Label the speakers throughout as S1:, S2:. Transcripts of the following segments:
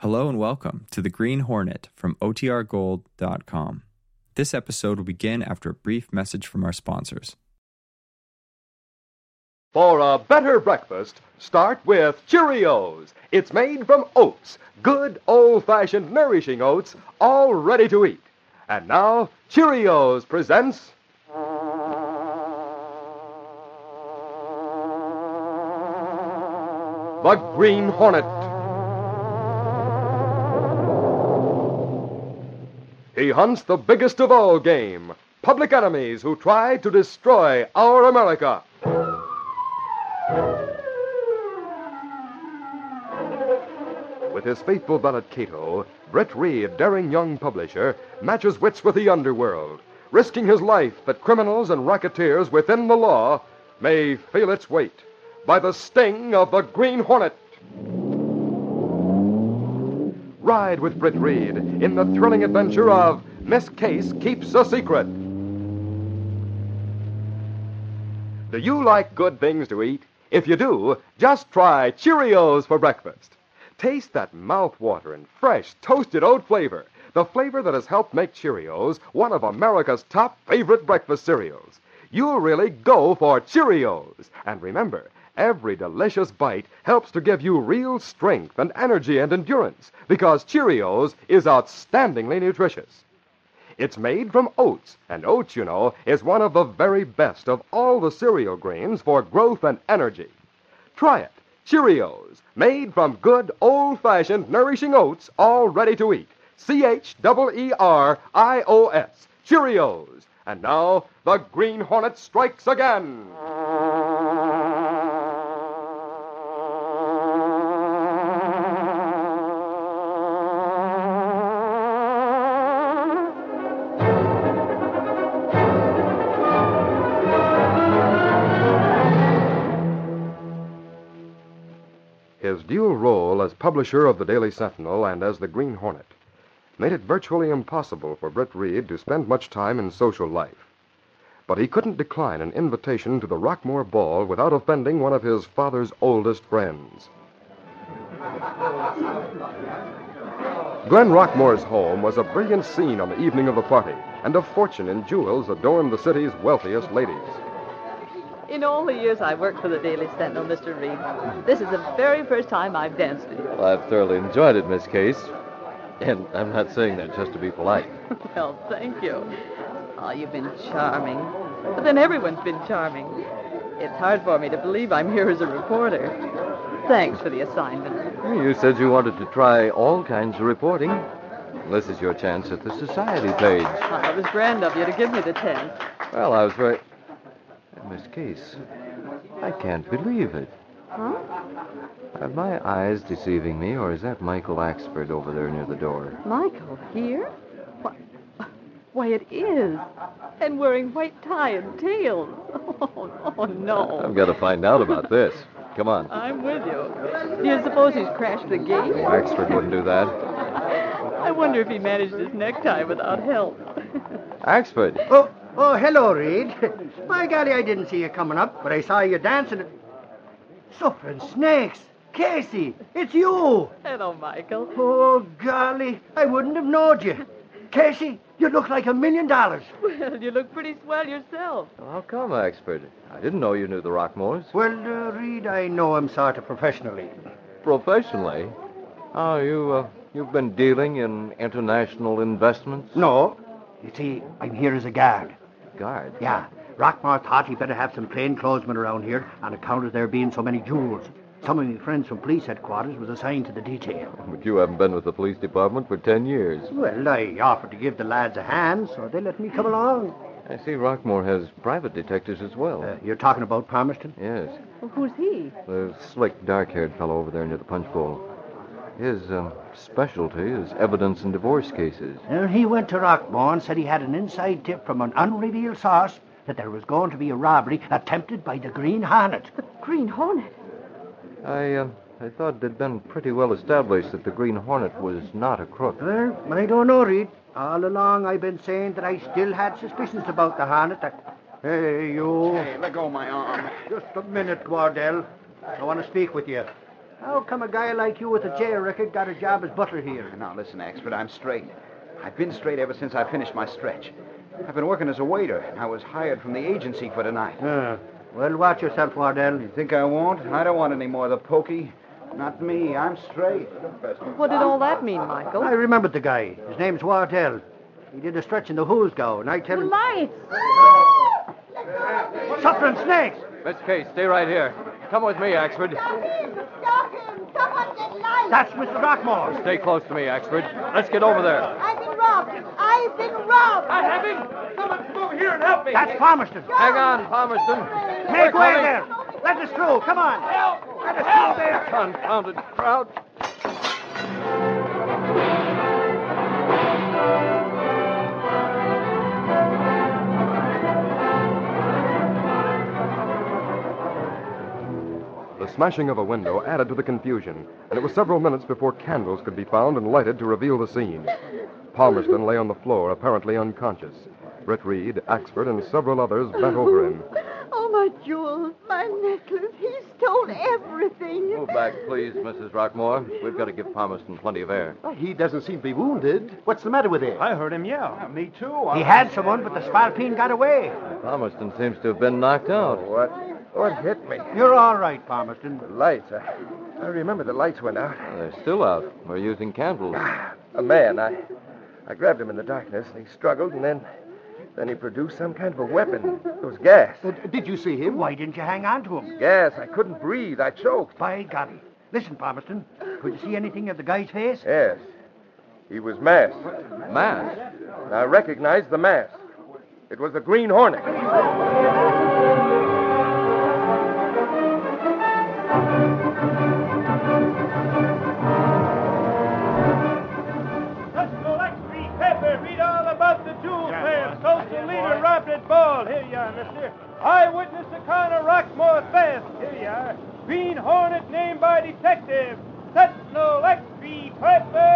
S1: Hello and welcome to The Green Hornet from OTRGold.com. This episode will begin after a brief message from our sponsors.
S2: For a better breakfast, start with Cheerios. It's made from oats, good old fashioned nourishing oats, all ready to eat. And now, Cheerios presents. The Green Hornet. He hunts the biggest of all game public enemies who try to destroy our America. With his faithful valet Cato, Brett Reed, daring young publisher, matches wits with the underworld, risking his life that criminals and racketeers within the law may feel its weight by the sting of the Green Hornet. Ride with Britt Reed in the thrilling adventure of Miss Case Keeps a Secret. Do you like good things to eat? If you do, just try Cheerios for breakfast. Taste that mouth-watering, fresh, toasted oat flavor, the flavor that has helped make Cheerios one of America's top favorite breakfast cereals. You'll really go for Cheerios. And remember, every delicious bite helps to give you real strength and energy and endurance because Cheerios is outstandingly nutritious. It's made from oats, and oats, you know, is one of the very best of all the cereal grains for growth and energy. Try it. Cheerios, made from good old fashioned nourishing oats, all ready to eat. C H E E R I O S. Cheerios. And now, the Green Hornet strikes again. His dual role as publisher of the Daily Sentinel and as the Green Hornet made it virtually impossible for Britt Reed to spend much time in social life. But he couldn't decline an invitation to the Rockmore Ball without offending one of his father's oldest friends. Glenn Rockmore's home was a brilliant scene on the evening of the party, and a fortune in jewels adorned the city's wealthiest ladies.
S3: In all the years I worked for the Daily Sentinel, Mr. Reed, this is the very first time I've danced with you.
S4: I've thoroughly enjoyed it, Miss Case. And I'm not saying that just to be polite.
S3: Well, thank you. Oh, you've been charming. But then everyone's been charming. It's hard for me to believe I'm here as a reporter. Thanks for the assignment.
S4: You said you wanted to try all kinds of reporting. This is your chance at the society page.
S3: Oh, it was grand of you to give me the chance.
S4: Well, I was very. Miss Case, I can't believe it.
S3: Huh?
S4: Are my eyes deceiving me, or is that Michael Axford over there near the door?
S3: Michael, here? Why, why it is. And wearing white tie and tails. Oh, oh no.
S4: I've got to find out about this. Come on.
S3: I'm with you. Do you suppose he's crashed the gate?
S4: Axford wouldn't do that.
S3: I wonder if he managed his necktie without help.
S4: Axford!
S5: Oh, oh, hello, Reed. My golly, I didn't see you coming up, but I saw you dancing. Suffering snakes. Casey, it's you.
S3: Hello, Michael.
S5: Oh, golly, I wouldn't have known you. Casey, you look like a million dollars.
S3: Well, you look pretty swell yourself.
S4: How come, Axford? I didn't know you knew the Rockmores.
S5: Well, uh, Reed, I know I'm sort of professionally.
S4: Professionally? Oh, you, uh, you've been dealing in international investments?
S5: No. You see, I'm here as a guard.
S4: Guard?
S5: Yeah, Rockmore thought he'd better have some plainclothesmen around here on account of there being so many jewels. Some of my friends from police headquarters was assigned to the detail.
S4: But you haven't been with the police department for ten years.
S5: Well, I offered to give the lads a hand, so they let me come along.
S4: I see Rockmore has private detectives as well.
S5: Uh, you're talking about Palmerston?
S4: yes.
S3: Well, who's he?
S4: The slick, dark haired fellow over there near the punch bowl. His um, specialty is evidence in divorce cases.
S5: Well, he went to Rockmore and said he had an inside tip from an unrevealed source that there was going to be a robbery attempted by the Green Hornet.
S3: Green Hornet.
S4: I, uh, I thought it had been pretty well established that the Green Hornet was not a crook.
S5: Well, I don't know, Reed. All along I've been saying that I still had suspicions about the Hornet. That... Hey, you.
S6: Hey, let go of my arm.
S5: Just a minute, Wardell. I want to speak with you. How come a guy like you with a jail record got a job as butler here?
S6: Now, listen, expert, I'm straight. I've been straight ever since I finished my stretch. I've been working as a waiter, and I was hired from the agency for tonight.
S5: Uh, well, watch yourself, Wardell.
S6: You think I won't? I don't want any more of the pokey. Not me. I'm straight.
S3: What did all that mean, Michael?
S5: I remembered the guy. His name's Wardell. He did a stretch in the Who's Go, and I tell him.
S7: Lights!
S5: Suffering snakes!
S2: Miss Case, stay right here. Come with me, Axford.
S7: Stop him! Stop him! Someone get lights!
S5: That's Mr. Rockmore.
S2: Stay close to me, Axford. Let's get over there.
S7: I've been robbed! I've been robbed!
S8: I have him! Someone come over here and help me!
S5: That's Palmerston.
S2: Hang on, Palmerston.
S5: Make way there. Let us through. Come on. Help! Let us through there.
S2: Confounded crowd. The smashing of a window added to the confusion, and it was several minutes before candles could be found and lighted to reveal the scene. Palmerston lay on the floor, apparently unconscious. Britt Reed, Axford, and several others bent over him.
S7: Oh, my jewels, my necklace. He stole everything.
S4: Move back, please, Mrs. Rockmore. We've got to give Palmerston plenty of air.
S6: He doesn't seem to be wounded. What's the matter with him?
S8: I heard him yell.
S6: me too.
S5: He had someone, but the spalpeen got away.
S4: Palmerston seems to have been knocked out.
S6: What? What hit me?
S5: You're all right, Palmerston.
S6: The lights. I, I remember the lights went out.
S4: They're still out. We're using candles.
S6: A man. I, I grabbed him in the darkness, and he struggled, and then, then he produced some kind of a weapon. It was gas.
S5: Did you see him? Why didn't you hang on to him?
S6: Gas. I couldn't breathe. I choked.
S5: By golly. Listen, Palmerston. Could you see anything of the guy's face?
S6: Yes. He was masked.
S4: Mass.
S6: I recognized the mask. It was the Green Hornet.
S8: Let's collect free paper. Read all about the jewel sale. Social leader Robert Ball. Here you are, mister. Eyewitness account of Rockmore theft. Here you are. Green Hornet named by detective. Let's collect free paper.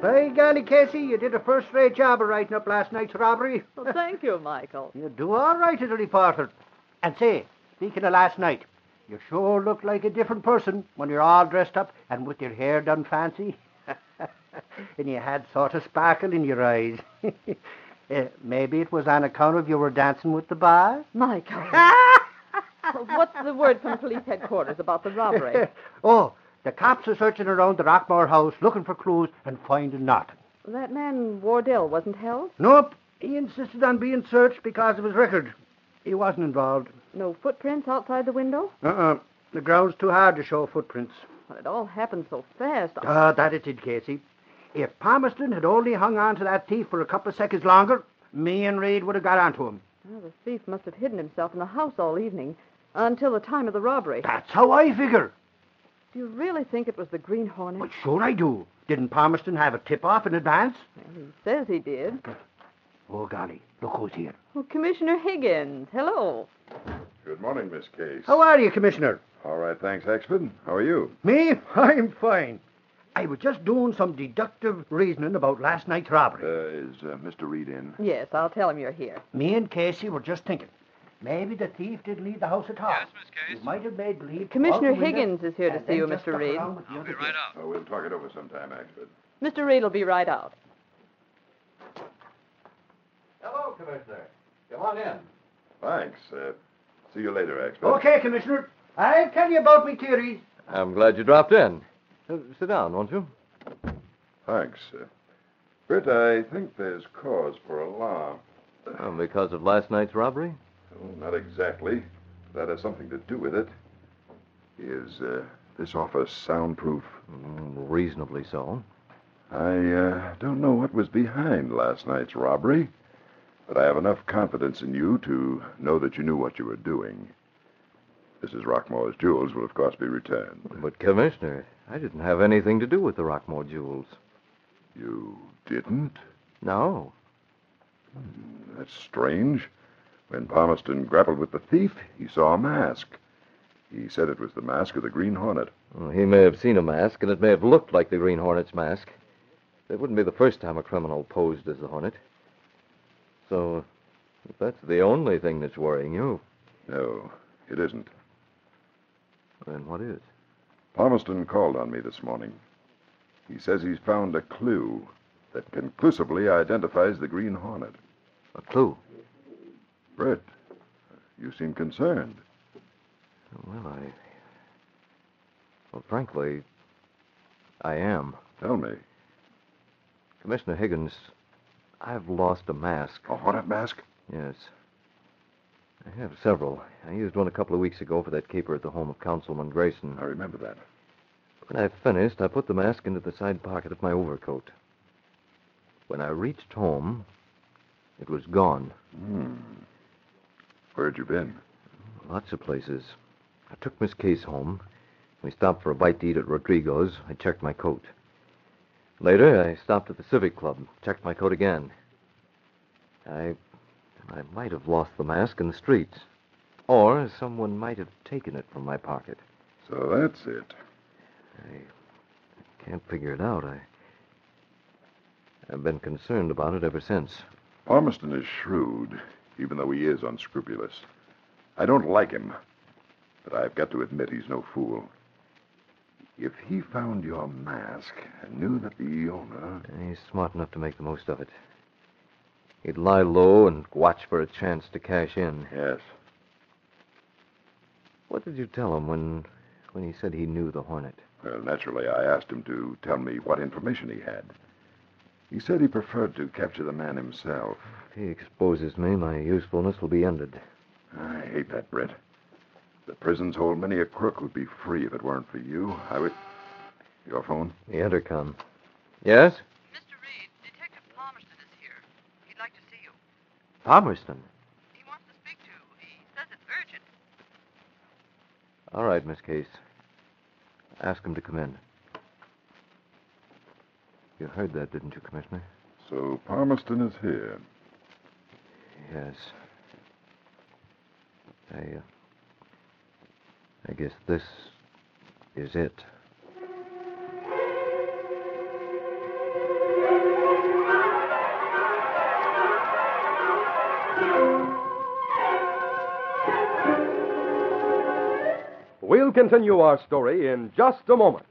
S5: By golly, Casey, you did a first-rate job of writing up last night's robbery.
S3: Well, thank you, Michael.
S5: You do all right as a reporter. And say, speaking of last night, you sure look like a different person when you're all dressed up and with your hair done fancy. and you had sort of sparkle in your eyes. Eh, maybe it was on account of you were dancing with the bar?
S3: Michael. What's the word from police headquarters about the robbery?
S5: oh, the cops are searching around the Rockmore house looking for clues and finding nothing.
S3: that man Wardell wasn't held?
S5: Nope. He insisted on being searched because of his record. He wasn't involved.
S3: No footprints outside the window?
S5: Uh-uh. The ground's too hard to show footprints.
S3: Well, it all happened so fast. I-
S5: Ah, that it did, Casey. If Palmerston had only hung on to that thief for a couple of seconds longer, me and Reed would have got onto him.
S3: Well, the thief must have hidden himself in the house all evening until the time of the robbery.
S5: That's how I figure.
S3: Do you really think it was the Green Hornet?
S5: But sure I do. Didn't Palmerston have a tip-off in advance?
S3: He says he did.
S5: Oh, golly, look who's here.
S3: Well, Commissioner Higgins, hello.
S9: Good morning, Miss Case.
S5: How are you, Commissioner?
S9: All right, thanks, Axford. How are you?
S5: Me? I'm fine. I was just doing some deductive reasoning about last night's robbery.
S9: Uh, is uh, Mr. Reed in?
S3: Yes, I'll tell him you're here.
S5: Me and Casey were just thinking. Maybe the thief didn't leave the house at all. Yes, Miss Casey. He might have made believe.
S3: Commissioner
S5: Out the window
S3: Higgins is here to
S5: and
S3: see you,
S5: then just
S3: Mr.
S5: stuck
S3: Reed.
S5: around with the other thief.
S9: Oh, we'll talk it over sometime, Axford.
S3: Mr. Reed will be right out.
S4: Hello, Commissioner. Come on in.
S9: Thanks. Uh, see you later, Axford.
S5: Okay, Commissioner. I'll tell you about me theories.
S4: I'm glad you dropped in. Uh, sit down, won't you?
S9: Thanks. Uh, Britt, I think there's cause for alarm.
S4: Um, because of last night's robbery?
S9: Oh, not exactly. That has something to do with it. Is uh, this office soundproof?
S4: Mm, reasonably so.
S9: I uh, don't know what was behind last night's robbery, but I have enough confidence in you to know that you knew what you were doing. Mrs. Rockmore's jewels will, of course, be returned.
S4: But, Commissioner, I didn't have anything to do with the Rockmore jewels.
S9: You didn't?
S4: No.
S9: That's strange. When Palmerston grappled with the thief, he saw a mask. He said it was the mask of the Green Hornet.
S4: Well, He may have seen a mask, and it may have looked like the Green Hornet's mask. It wouldn't be the first time a criminal posed as the Hornet. So, if that's the only thing that's worrying you,
S9: No, it isn't.
S4: then what is?
S9: Palmerston called on me this morning. He says he's found a clue that conclusively identifies the Green Hornet.
S4: A clue.
S9: Britt, you seem concerned.
S4: Well, I. Well, frankly, I am.
S9: Tell me,
S4: Commissioner Higgins, I've lost a mask.
S9: a Hornet mask?
S4: Yes. I have several. I used one a couple of weeks ago for that caper at the home of Councilman Grayson.
S9: I remember that.
S4: When I finished, I put the mask into the side pocket of my overcoat. When I reached home, it was gone.
S9: Hmm. Where'd you been?
S4: Lots of places. I took Miss Case home. We stopped for a bite to eat at Rodrigo's. I checked my coat. Later, I stopped at the Civic Club, checked my coat again. I, I might have lost the mask in the street, or someone might have taken it from my pocket.
S9: So that's it.
S4: Can't figure it out. I, I've been concerned about it ever since.
S9: Palmerston is shrewd, even though he is unscrupulous. I don't like him, but I've got to admit he's no fool. If he found your mask and knew that the owner.
S4: He's smart enough to make the most of it. He'd lie low and watch for a chance to cash in.
S9: Yes.
S4: What did you tell him when, when he said he knew the Hornet?
S9: Well, naturally, I asked him to tell me what information he had. He said he preferred to capture the man himself.
S4: If he exposes me, my usefulness will be ended.
S9: I hate that, Brett. The prisons hold many a crook who'd be free if it weren't for you. I would. Your phone?
S4: The intercom. Yes?
S10: Mr. Reed, Detective Palmerston is here. He'd like to see you.
S4: Palmerston.
S10: He wants to speak to you. He says it's urgent.
S4: All right, Miss Case. Ask him to come in. You heard that, didn't you, Commissioner?
S9: So Palmerston is here.
S4: Yes. I, uh, I guess this is it.
S2: We'll continue our story in just a moment.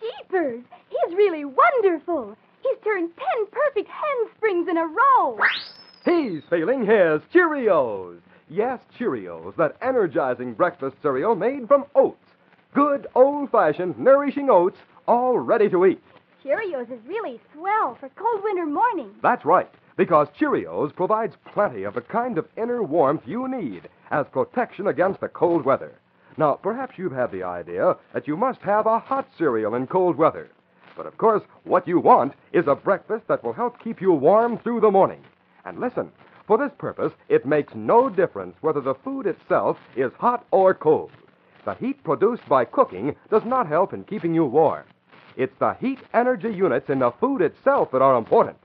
S7: Jeepers! He's really wonderful. He's turned ten perfect handsprings in a row.
S2: He's feeling his Cheerios. Yes, Cheerios, that energizing breakfast cereal made from oats. Good, old fashioned, nourishing oats, all ready to eat.
S7: Cheerios is really swell for cold winter mornings.
S2: That's right, because Cheerios provides plenty of the kind of inner warmth you need as protection against the cold weather. Now, perhaps you've had the idea that you must have a hot cereal in cold weather. But of course, what you want is a breakfast that will help keep you warm through the morning. And listen, for this purpose, it makes no difference whether the food itself is hot or cold. The heat produced by cooking does not help in keeping you warm. It's the heat energy units in the food itself that are important.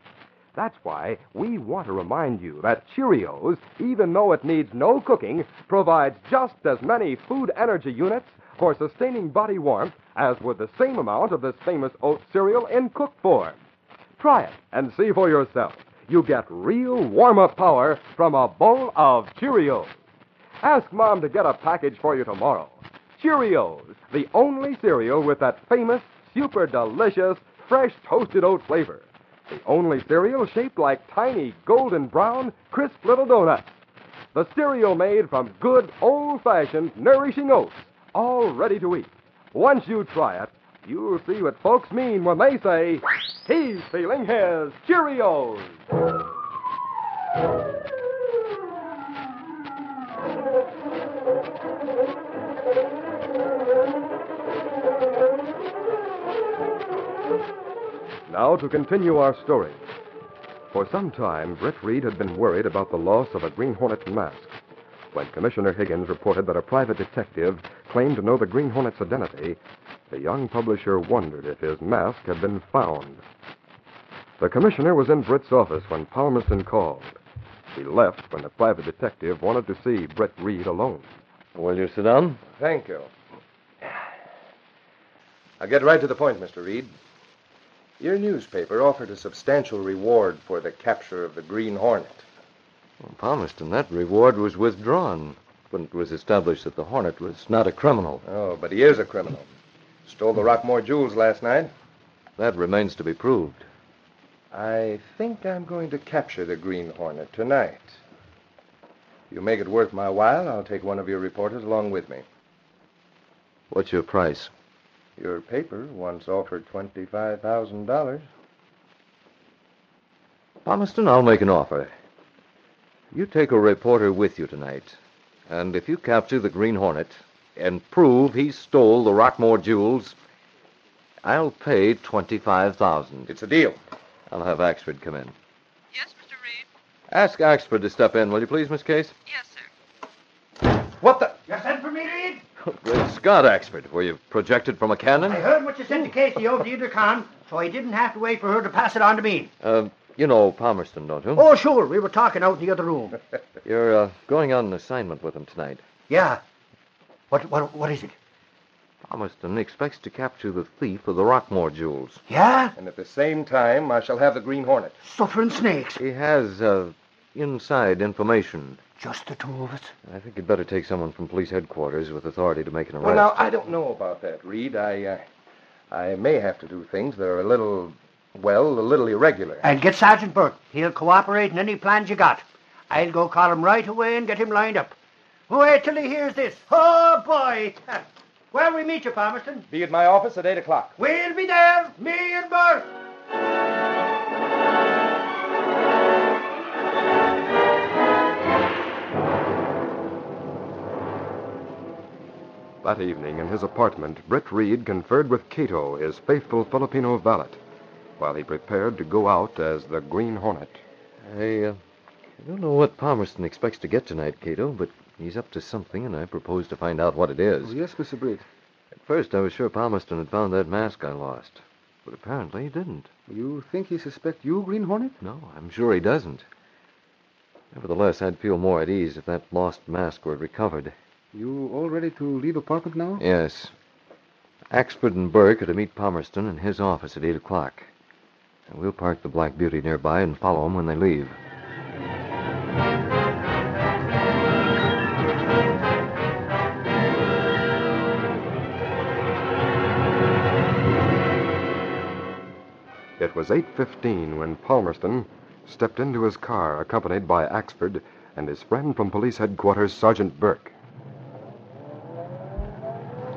S2: That's why we want to remind you that Cheerios, even though it needs no cooking, provides just as many food energy units for sustaining body warmth as would the same amount of this famous oat cereal in cooked form. Try it and see for yourself. You get real warm up power from a bowl of Cheerios. Ask Mom to get a package for you tomorrow. Cheerios, the only cereal with that famous, super delicious, fresh toasted oat flavor. The only cereal shaped like tiny, golden brown, crisp little donuts. The cereal made from good, old fashioned, nourishing oats, all ready to eat. Once you try it, you'll see what folks mean when they say, he's feeling his Cheerios. Now to continue our story. For some time, Brett Reed had been worried about the loss of a Green Hornet mask. When Commissioner Higgins reported that a private detective claimed to know the Green Hornet's identity, the young publisher wondered if his mask had been found. The commissioner was in Brett's office when Palmerston called. He left when the private detective wanted to see Brett Reed alone.
S4: Will you sit down?
S2: Thank you. I'll get right to the point, Mr. Reed. Your newspaper offered a substantial reward for the capture of the Green Hornet.
S4: Well, Palmerston, that reward was withdrawn when it was established that the Hornet was not a criminal.
S2: Oh, but he is a criminal. Stole the Rockmore jewels last night.
S4: That remains to be proved.
S2: I think I'm going to capture the Green Hornet tonight. You make it worth my while, I'll take one of your reporters along with me.
S4: What's your price?
S2: Your paper once offered $25,000.
S4: Palmerston, I'll make an offer. You take a reporter with you tonight, and if you capture the Green Hornet and prove he stole the Rockmore jewels, I'll pay twenty-five thousand.
S2: It's a deal.
S4: I'll have Axford come in.
S10: Yes, Mr. Reed?
S4: Ask Axford to step in, will you please, Miss Case?
S10: Yes, sir.
S4: What the?
S5: You sent for me, Reed?
S4: Great Scott, Axford! Were you projected from a cannon?
S5: I heard what you sent to Casey over to Intercon, so I didn't have to wait for her to pass it on to me.
S4: Uh, you know Palmerston, don't you?
S5: Oh, sure. We were talking out in the other room.
S4: You're uh, going on an assignment with him tonight.
S5: Yeah. What, what, what is it?
S4: Palmerston expects to capture the thief of the Rockmore jewels.
S5: Yeah?
S2: And at the same time, I shall have the Green Hornet.
S5: Suffering snakes.
S4: He has uh, inside information.
S5: Just the two of us.
S4: I think you'd better take someone from police headquarters with authority to make an
S2: Well,
S4: arrest.
S2: now, I don't know about that, Reed. I, uh, I may have to do things that are a little, well, a little irregular.
S5: And get Sergeant Burke. He'll cooperate in any plans you got. I'll go call him right away and get him lined up. Wait till he hears this. Oh, boy. Well, we meet you, Palmerston.
S2: Be at my office at 8 o'clock.
S5: We'll be there, me and Burke.
S2: That evening, in his apartment, Britt Reed conferred with Cato, his faithful Filipino valet, while he prepared to go out as the Green Hornet.
S4: I, uh, I don't know what Palmerston expects to get tonight, Cato, but he's up to something, and I propose to find out what it is.
S2: Oh, yes, Mr. Britt.
S4: At first, I was sure Palmerston had found that mask I lost, but apparently he didn't.
S2: You think he suspect you, Green Hornet?
S4: No, I'm sure he doesn't. Nevertheless, I'd feel more at ease if that lost mask were recovered.
S2: You all ready to leave apartment now?
S4: Yes. Axford and Burke are to meet Palmerston in his office at 8 o'clock. And we'll park the Black Beauty nearby and follow 'em when they leave.
S2: It was 8.15 when Palmerston stepped into his car, accompanied by Axford and his friend from police headquarters, Sergeant Burke.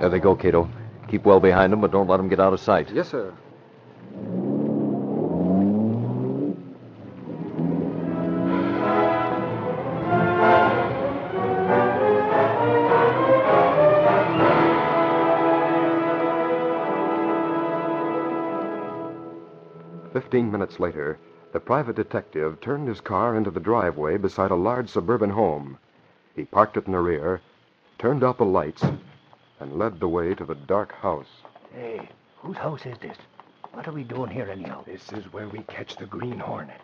S4: There they go, Cato. Keep well behind 'em, but don't let 'em get out of sight.
S2: Yes, sir. Fifteen minutes later, the private detective turned his car into the driveway beside a large suburban home. He parked it in the rear, turned out the lights, and led the way to the dark house.
S5: Hey, whose house is this? What are we doing here, anyhow?
S2: This is where we catch the Green Hornet.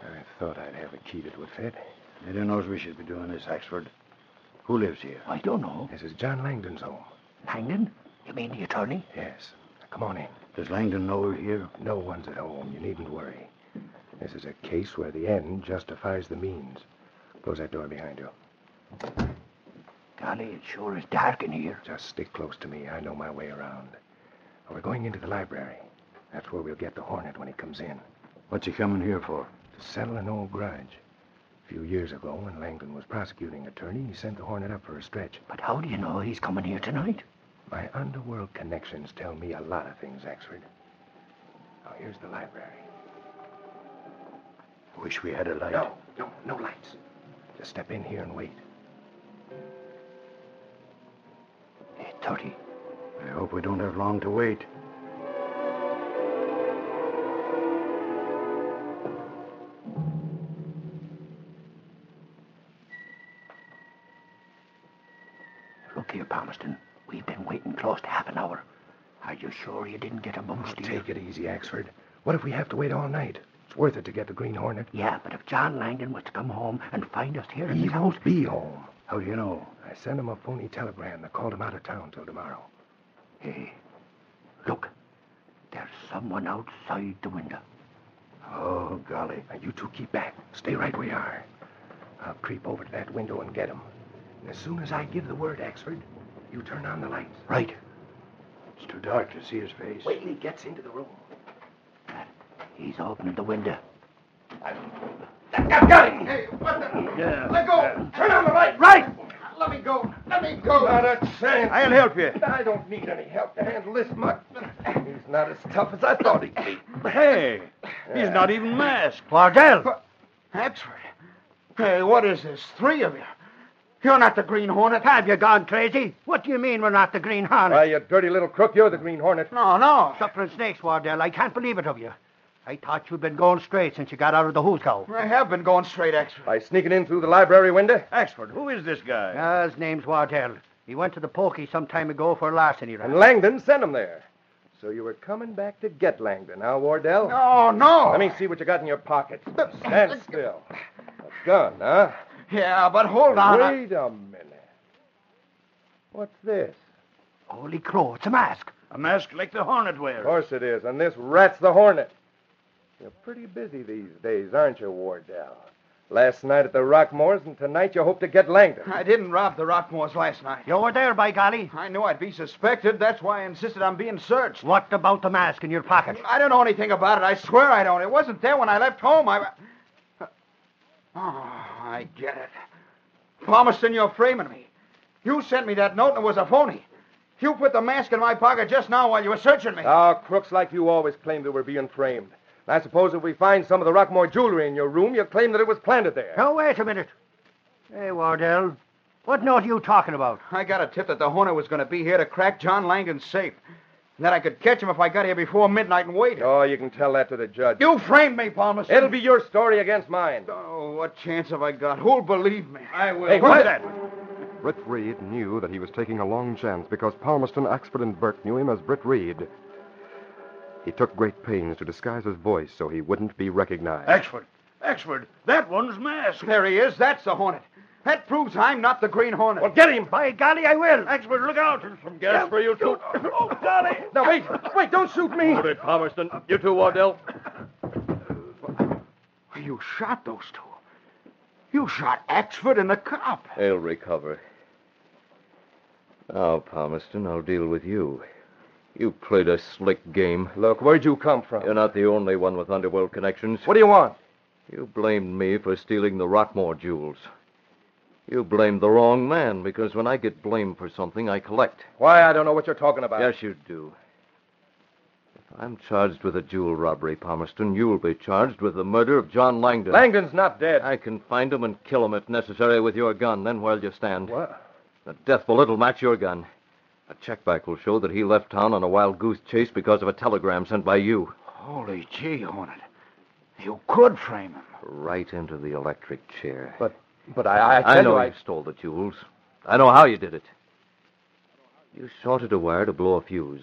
S2: I thought I'd have a key that would fit.
S11: Leader knows we should be doing this, Axford. Who lives here?
S5: I don't know.
S2: This is John Langdon's home.
S5: Langdon? You mean the attorney?
S2: Yes. Come on in.
S11: Does Langdon know we're here?
S2: No one's at home. You needn't worry. This is a case where the end justifies the means. Close that door behind you.
S5: Golly, it sure is dark in here.
S2: Just stick close to me. I know my way around. We're going into the library. That's where we'll get the Hornet when he comes in.
S11: What's he coming here for?
S2: to settle an old grudge. A few years ago, when Langdon was prosecuting attorney, he sent the Hornet up for a stretch.
S5: But how do you know he's coming here tonight?
S2: My underworld connections tell me a lot of things, Axford. Now, here's the library.
S11: Wish we had a light.
S2: No, no, no lights. Just step in here and wait.
S5: 8.30.
S11: I hope we don't have long to wait.
S5: Look here, Palmerston. We've been waiting close to half an hour. Are you sure you didn't get a moose deer?
S2: Take it easy, Axford. What if we have to wait all night?
S11: It's worth it to get the Green Hornet.
S5: Yeah, but if John Langdon was to come home and find us here in
S11: He
S5: this house,
S11: won't be home. How do you know?
S5: I sent him a phony telegram that called him out of town till tomorrow. Hey, look. There's someone outside the window.
S11: Oh, golly.
S5: Now, you two keep back. Stay right where you are. I'll creep over to that window and get him. And as soon as I give the word, Axford, you turn on the lights. Right.
S11: It's too dark to see his face.
S5: Wait till he gets into the room. He's opening the window.
S11: I've got him!
S2: Hey, what the?
S11: Yeah.
S2: Let go! Turn on the light!
S11: Right!
S2: Let me go! Let me go! Not a chance!
S11: I'll help you.
S2: I don't need any help to handle this muck. He's not as tough as I thought he'd be. Hey,
S11: He's not even masked.
S5: Wardell!
S11: Axford. Hey, what is this? Three of you.
S5: You're not the Green Hornet. Have you gone crazy? What do you mean we're not the Green Hornet?
S2: Why, you dirty little crook, you're the Green Hornet.
S5: No, no. Suffering snakes, Wardell. I can't believe it of you. I thought you'd been going straight since you got out of the hoot cow.
S11: I have been going straight, Axford.
S2: By sneaking in through the library window?
S11: Axford, who is this guy?
S5: Ah, his name's Wardell. He went to the pokey some time ago for larceny. right?
S2: And Langdon sent him there. So you were coming back to get Langdon, huh, Wardell?
S11: No, no.
S2: Let me see what you got in your pocket. Stand still. A gun, huh?
S11: Yeah, but hold on. I-
S2: Wait a minute. What's this?
S5: Holy crow, it's a mask.
S11: A mask like the Hornet
S2: Of
S11: wears.
S2: course it is, and this rat's the hornet. You're pretty busy these days, aren't you, Wardell? Last night at the Rockmores, and tonight you hope to get Langdon.
S6: I didn't rob the Rockmores last night.
S5: You were there, by golly.
S6: I knew I'd be suspected. That's why I insisted on being searched.
S5: What about the mask in your pocket?
S6: I don't know anything about it. I swear I don't. It wasn't there when I left home. I. Oh, I get it. Palmerston, you're framing me. You sent me that note and it was a phony. You put the mask in my pocket just now while you were searching me.
S2: Ah, crooks like you always claim that we're being framed. And I suppose if we find some of the Rockmore jewelry in your room, you'll claim that it was planted there.
S5: Now, wait a minute. Hey, Wardell, what note are you talking about?
S6: I got a tip that the Hornet was going to be here to crack John Langdon's safe. And that I could catch him if I got here before midnight and waited.
S2: Oh, you can tell that to the judge.
S6: You framed me, Palmerston.
S2: It'll be your story against mine.
S6: Oh, what chance have I got? Who'll believe me? I will.
S2: Hey,
S6: What's
S2: what-
S6: that?
S2: Britt Reed knew that he was taking a long chance because Palmerston, Axford, and Burke knew him as Britt Reed. He took great pains to disguise his voice so he wouldn't be recognized.
S11: Axford. Axford, that one's masked.
S6: There he is. That's the Hornet. That proves I'm not the Green Hornet.
S2: Well, get him!
S5: By golly, I will.
S11: Axford, look out. Some gas for you, too. Oh, golly.
S2: Now, wait! Wait, don't shoot me!
S11: Hold it, Palmerston. You too, Wardell.
S6: You shot those two. You shot Axford and the cop.
S4: They'll recover. Now, Palmerston, I'll deal with you. You played a slick game.
S2: Look, where'd you come from?
S4: You're not the only one with underworld connections.
S2: What do you want?
S4: You blamed me for stealing the Rockmore jewels. You blamed the wrong man because when I get blamed for something, I collect.
S2: Why, I don't know what you're talking about.
S4: Yes, you do. If I'm charged with a jewel robbery, Palmerston, you'll be charged with the murder of John Langdon.
S2: Langdon's not dead.
S4: I can find him and kill him if necessary with your gun. Then where'll you stand?
S2: What?
S4: The death bullet will match your gun. A check back will show that he left town on a wild goose chase because of a telegram sent by you.
S6: Holy gee, Hornet. You could frame him.
S4: Right into the electric chair.
S2: But, but I, I, tell
S4: know
S2: you,
S4: you stole the jewels. I know how you did it. You shorted a wire to blow a fuse.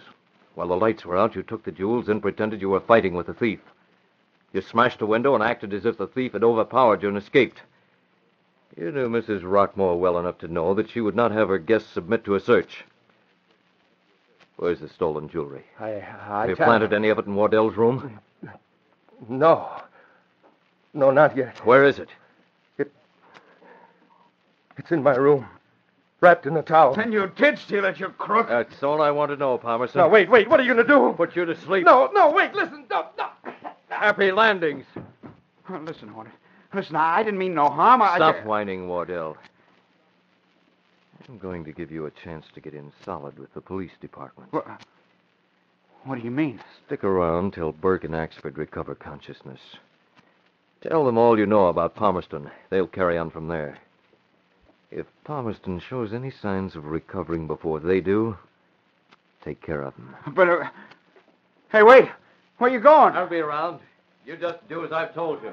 S4: While the lights were out, you took the jewels and pretended you were fighting with the thief. You smashed a window and acted as if the thief had overpowered you and escaped. You knew Mrs. Rockmore well enough to know that she would not have her guests submit to a search. Where's the stolen jewelry?
S2: I, I,
S4: Have you
S2: tell-
S4: planted any of it in Wardell's room?
S2: No. No, not yet.
S4: Where is it?
S2: It's in my room, wrapped in a towel.
S6: Then you did steal it, you crook.
S4: That's all I want to know, Palmerston.
S2: Now, wait, wait. What are you going to do?
S4: Put you to sleep.
S2: No, no, wait. Listen, no, no.
S4: Happy landings.
S6: Oh, Listen, Hornet. Listen, I I didn't mean no harm. I,
S4: Stop whining, Wardell. I'm going to give you a chance to get in solid with the police department.
S6: Wha- uh, What do you mean?
S4: Stick around till Burke and Axford recover consciousness. Tell them all you know about Palmerston. They'll carry on from there. If Palmerston shows any signs of recovering before they do, take care of him.
S6: But, uh, hey, wait. Where you going?
S4: I'll be around. You just do as I've told you.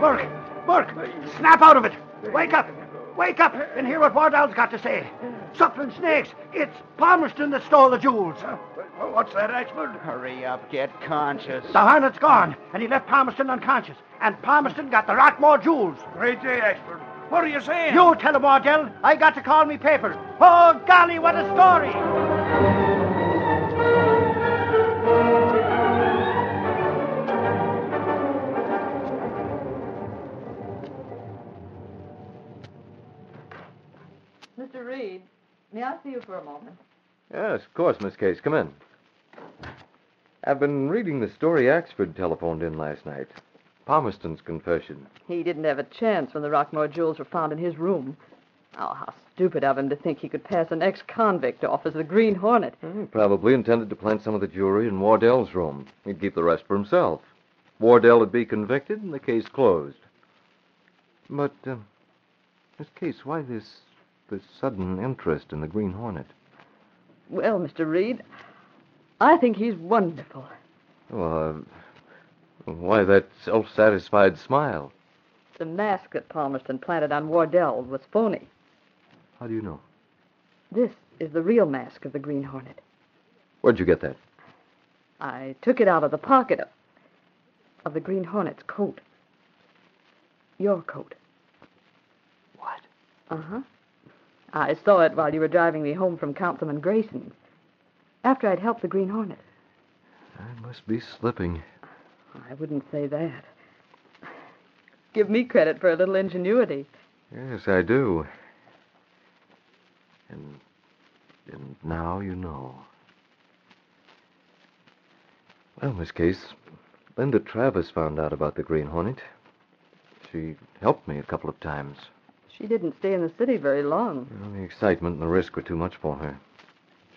S5: Burke, Burke, snap out of it. Wake up. Wake up and hear what Wardell's got to say. Suckling snakes, it's Palmerston that stole the jewels.
S6: What's that, Axford? Hurry up, get conscious.
S5: The hornet's gone, and he left Palmerston unconscious. And Palmerston got the Rockmore jewels.
S6: Great day, Axford. What are you saying?
S5: You tell him, Wardell. I got to call me papers. Oh, golly, what a story!
S3: Mr. Reed, may I see you for a moment?
S4: Yes, of course, Miss Case. Come in. I've been reading the story Axford telephoned in last night. Palmerston's confession.
S3: He didn't have a chance when the Rockmore jewels were found in his room. Oh, how stupid of him to think he could pass an ex convict off as the Green Hornet.
S4: He probably intended to plant some of the jewelry in Wardell's room. He'd keep the rest for himself. Wardell would be convicted and the case closed. But, uh, Miss Case, why this this sudden interest in the Green Hornet?
S3: Well, Mr. Reed, I think he's wonderful.
S4: Well, uh, why that self-satisfied smile?
S3: The mask that Palmerston planted on Wardell was phony.
S4: How do you know?
S3: This is the real mask of the Green Hornet.
S4: Where'd you get that?
S3: I took it out of the pocket of, of the Green Hornet's coat. Your coat.
S4: What?
S3: Uh huh. I saw it while you were driving me home from Councilman Grayson. After I'd helped the Green Hornet.
S4: I must be slipping.
S3: I wouldn't say that. Give me credit for a little ingenuity.
S4: Yes, I do. And, and now you know. Well, Miss Case, Linda Travis found out about the Green Hornet. She helped me a couple of times.
S3: She didn't stay in the city very long.
S4: Well, the excitement and the risk were too much for her.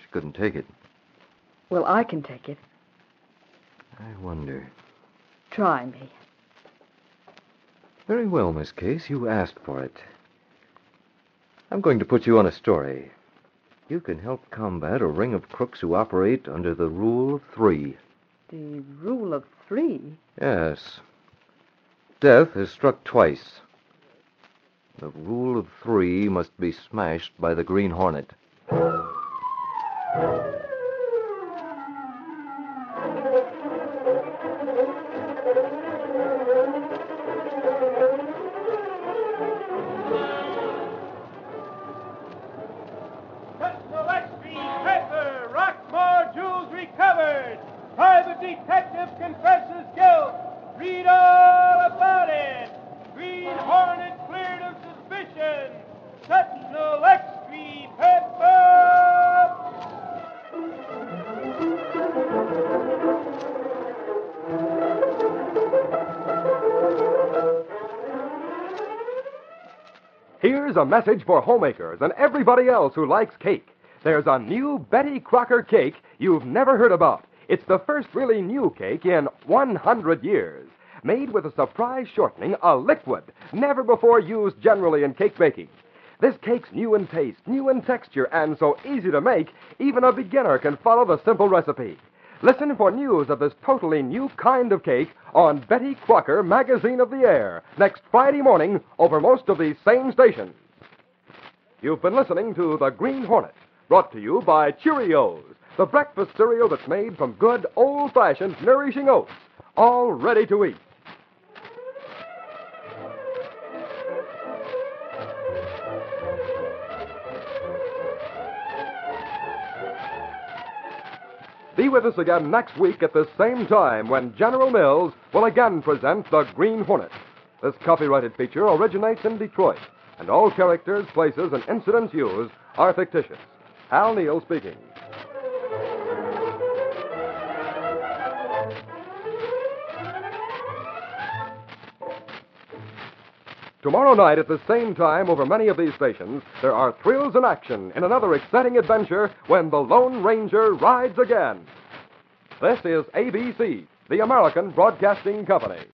S4: She couldn't take it.
S3: Well, I can take it.
S4: I wonder.
S3: Try me.
S4: Very well, Miss Case. You asked for it. I'm going to put you on a story. You can help combat a ring of crooks who operate under the rule of three.
S3: The rule of three?
S4: Yes. Death is struck twice. The rule of three must be smashed by the Green Hornet.
S8: Gillespie, Pepper, Rockmore jewels recovered. Private detective confesses guilt. Read all about it. Green Hornet cleared of suspicion. Sutton, Gillespie, Pepper.
S2: Here's a message for homemakers and everybody else who likes cake. There's a new Betty Crocker cake you've never heard about. It's the first really new cake in 100 years. Made with a surprise shortening, a liquid never before used generally in cake baking. This cake's new in taste, new in texture, and so easy to make, even a beginner can follow the simple recipe. Listen for news of this totally new kind of cake on Betty Crocker Magazine of the Air next Friday morning over most of these same stations. You've been listening to The Green Hornet, brought to you by Cheerios, the breakfast cereal that's made from good, old fashioned, nourishing oats, all ready to eat. Be with us again next week at this same time when General Mills will again present The Green Hornet. This copyrighted feature originates in Detroit, and all characters, places, and incidents used are fictitious. Al Neal speaking. Tomorrow night at the same time over many of these stations, there are thrills and action in another exciting adventure when the Lone Ranger rides again. This is ABC, the American Broadcasting Company.